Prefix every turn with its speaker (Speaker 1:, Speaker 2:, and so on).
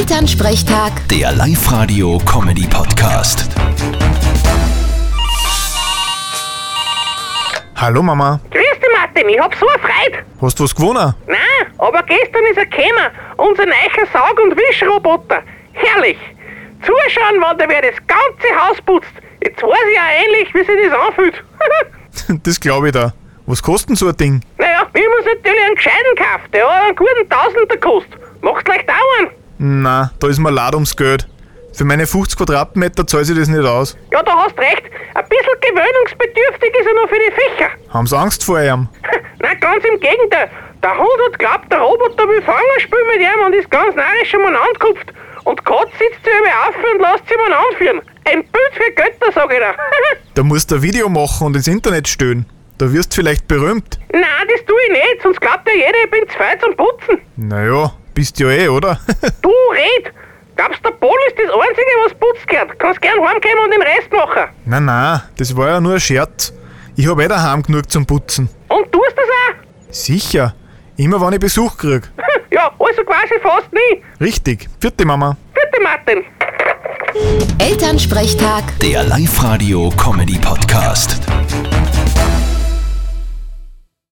Speaker 1: Elternsprechtag,
Speaker 2: Der Live-Radio-Comedy-Podcast.
Speaker 3: Hallo Mama,
Speaker 4: Grüß dich, Martin, ich hab so eine Freude.
Speaker 3: hast du was gewonnen?
Speaker 4: Nein, aber gestern ist er gekommen, unser neuer Saug- und Wischroboter. Herrlich. Zuschauen, wann der wer das ganze Haus putzt. Jetzt weiß ich auch ähnlich, wie sich das anfühlt.
Speaker 3: Das glaube ich da. Was kostet denn so ein Ding?
Speaker 4: naja, ich muss natürlich einen gescheiten kaufen, der hat einen guten Tausender kostet. Macht gleich dauern.
Speaker 3: Na, da ist mir leid ums Geld. Für meine 50 Quadratmeter zahlt sich das nicht aus.
Speaker 4: Ja, da hast recht, ein bisschen gewöhnungsbedürftig ist er noch für die Viecher.
Speaker 3: Haben sie Angst vor ihm?
Speaker 4: Nein, ganz im Gegenteil. Der Hund hat glaubt, der Roboter will Fangerspiel mit ihm und ist ganz narrisch um ihn angekupft. Und Gott sitzt zu ihm auf und lässt sie ihn anführen. Ein Bild für Götter, sag ich dir.
Speaker 3: Da musst du ein Video machen und ins Internet stellen. Da wirst du vielleicht berühmt.
Speaker 4: Nein, das tue ich nicht, sonst glaubt ja jeder, ich bin zu feit zum Putzen.
Speaker 3: Naja, bist ja eh, oder?
Speaker 4: Du red! Glaubst der Pol ist das Einzige, was putzt gehört? Kannst gern heimkommen und den Rest machen.
Speaker 3: na na, das war ja nur ein Scherz. Ich habe eh daheim genug zum Putzen.
Speaker 4: Und tust das auch?
Speaker 3: Sicher, immer wenn ich Besuch krieg.
Speaker 4: ja, also quasi fast nie.
Speaker 3: Richtig, vierte Mama.
Speaker 4: Bitte, Martin.
Speaker 1: Elternsprechtag.
Speaker 2: Der Live-Radio-Comedy-Podcast.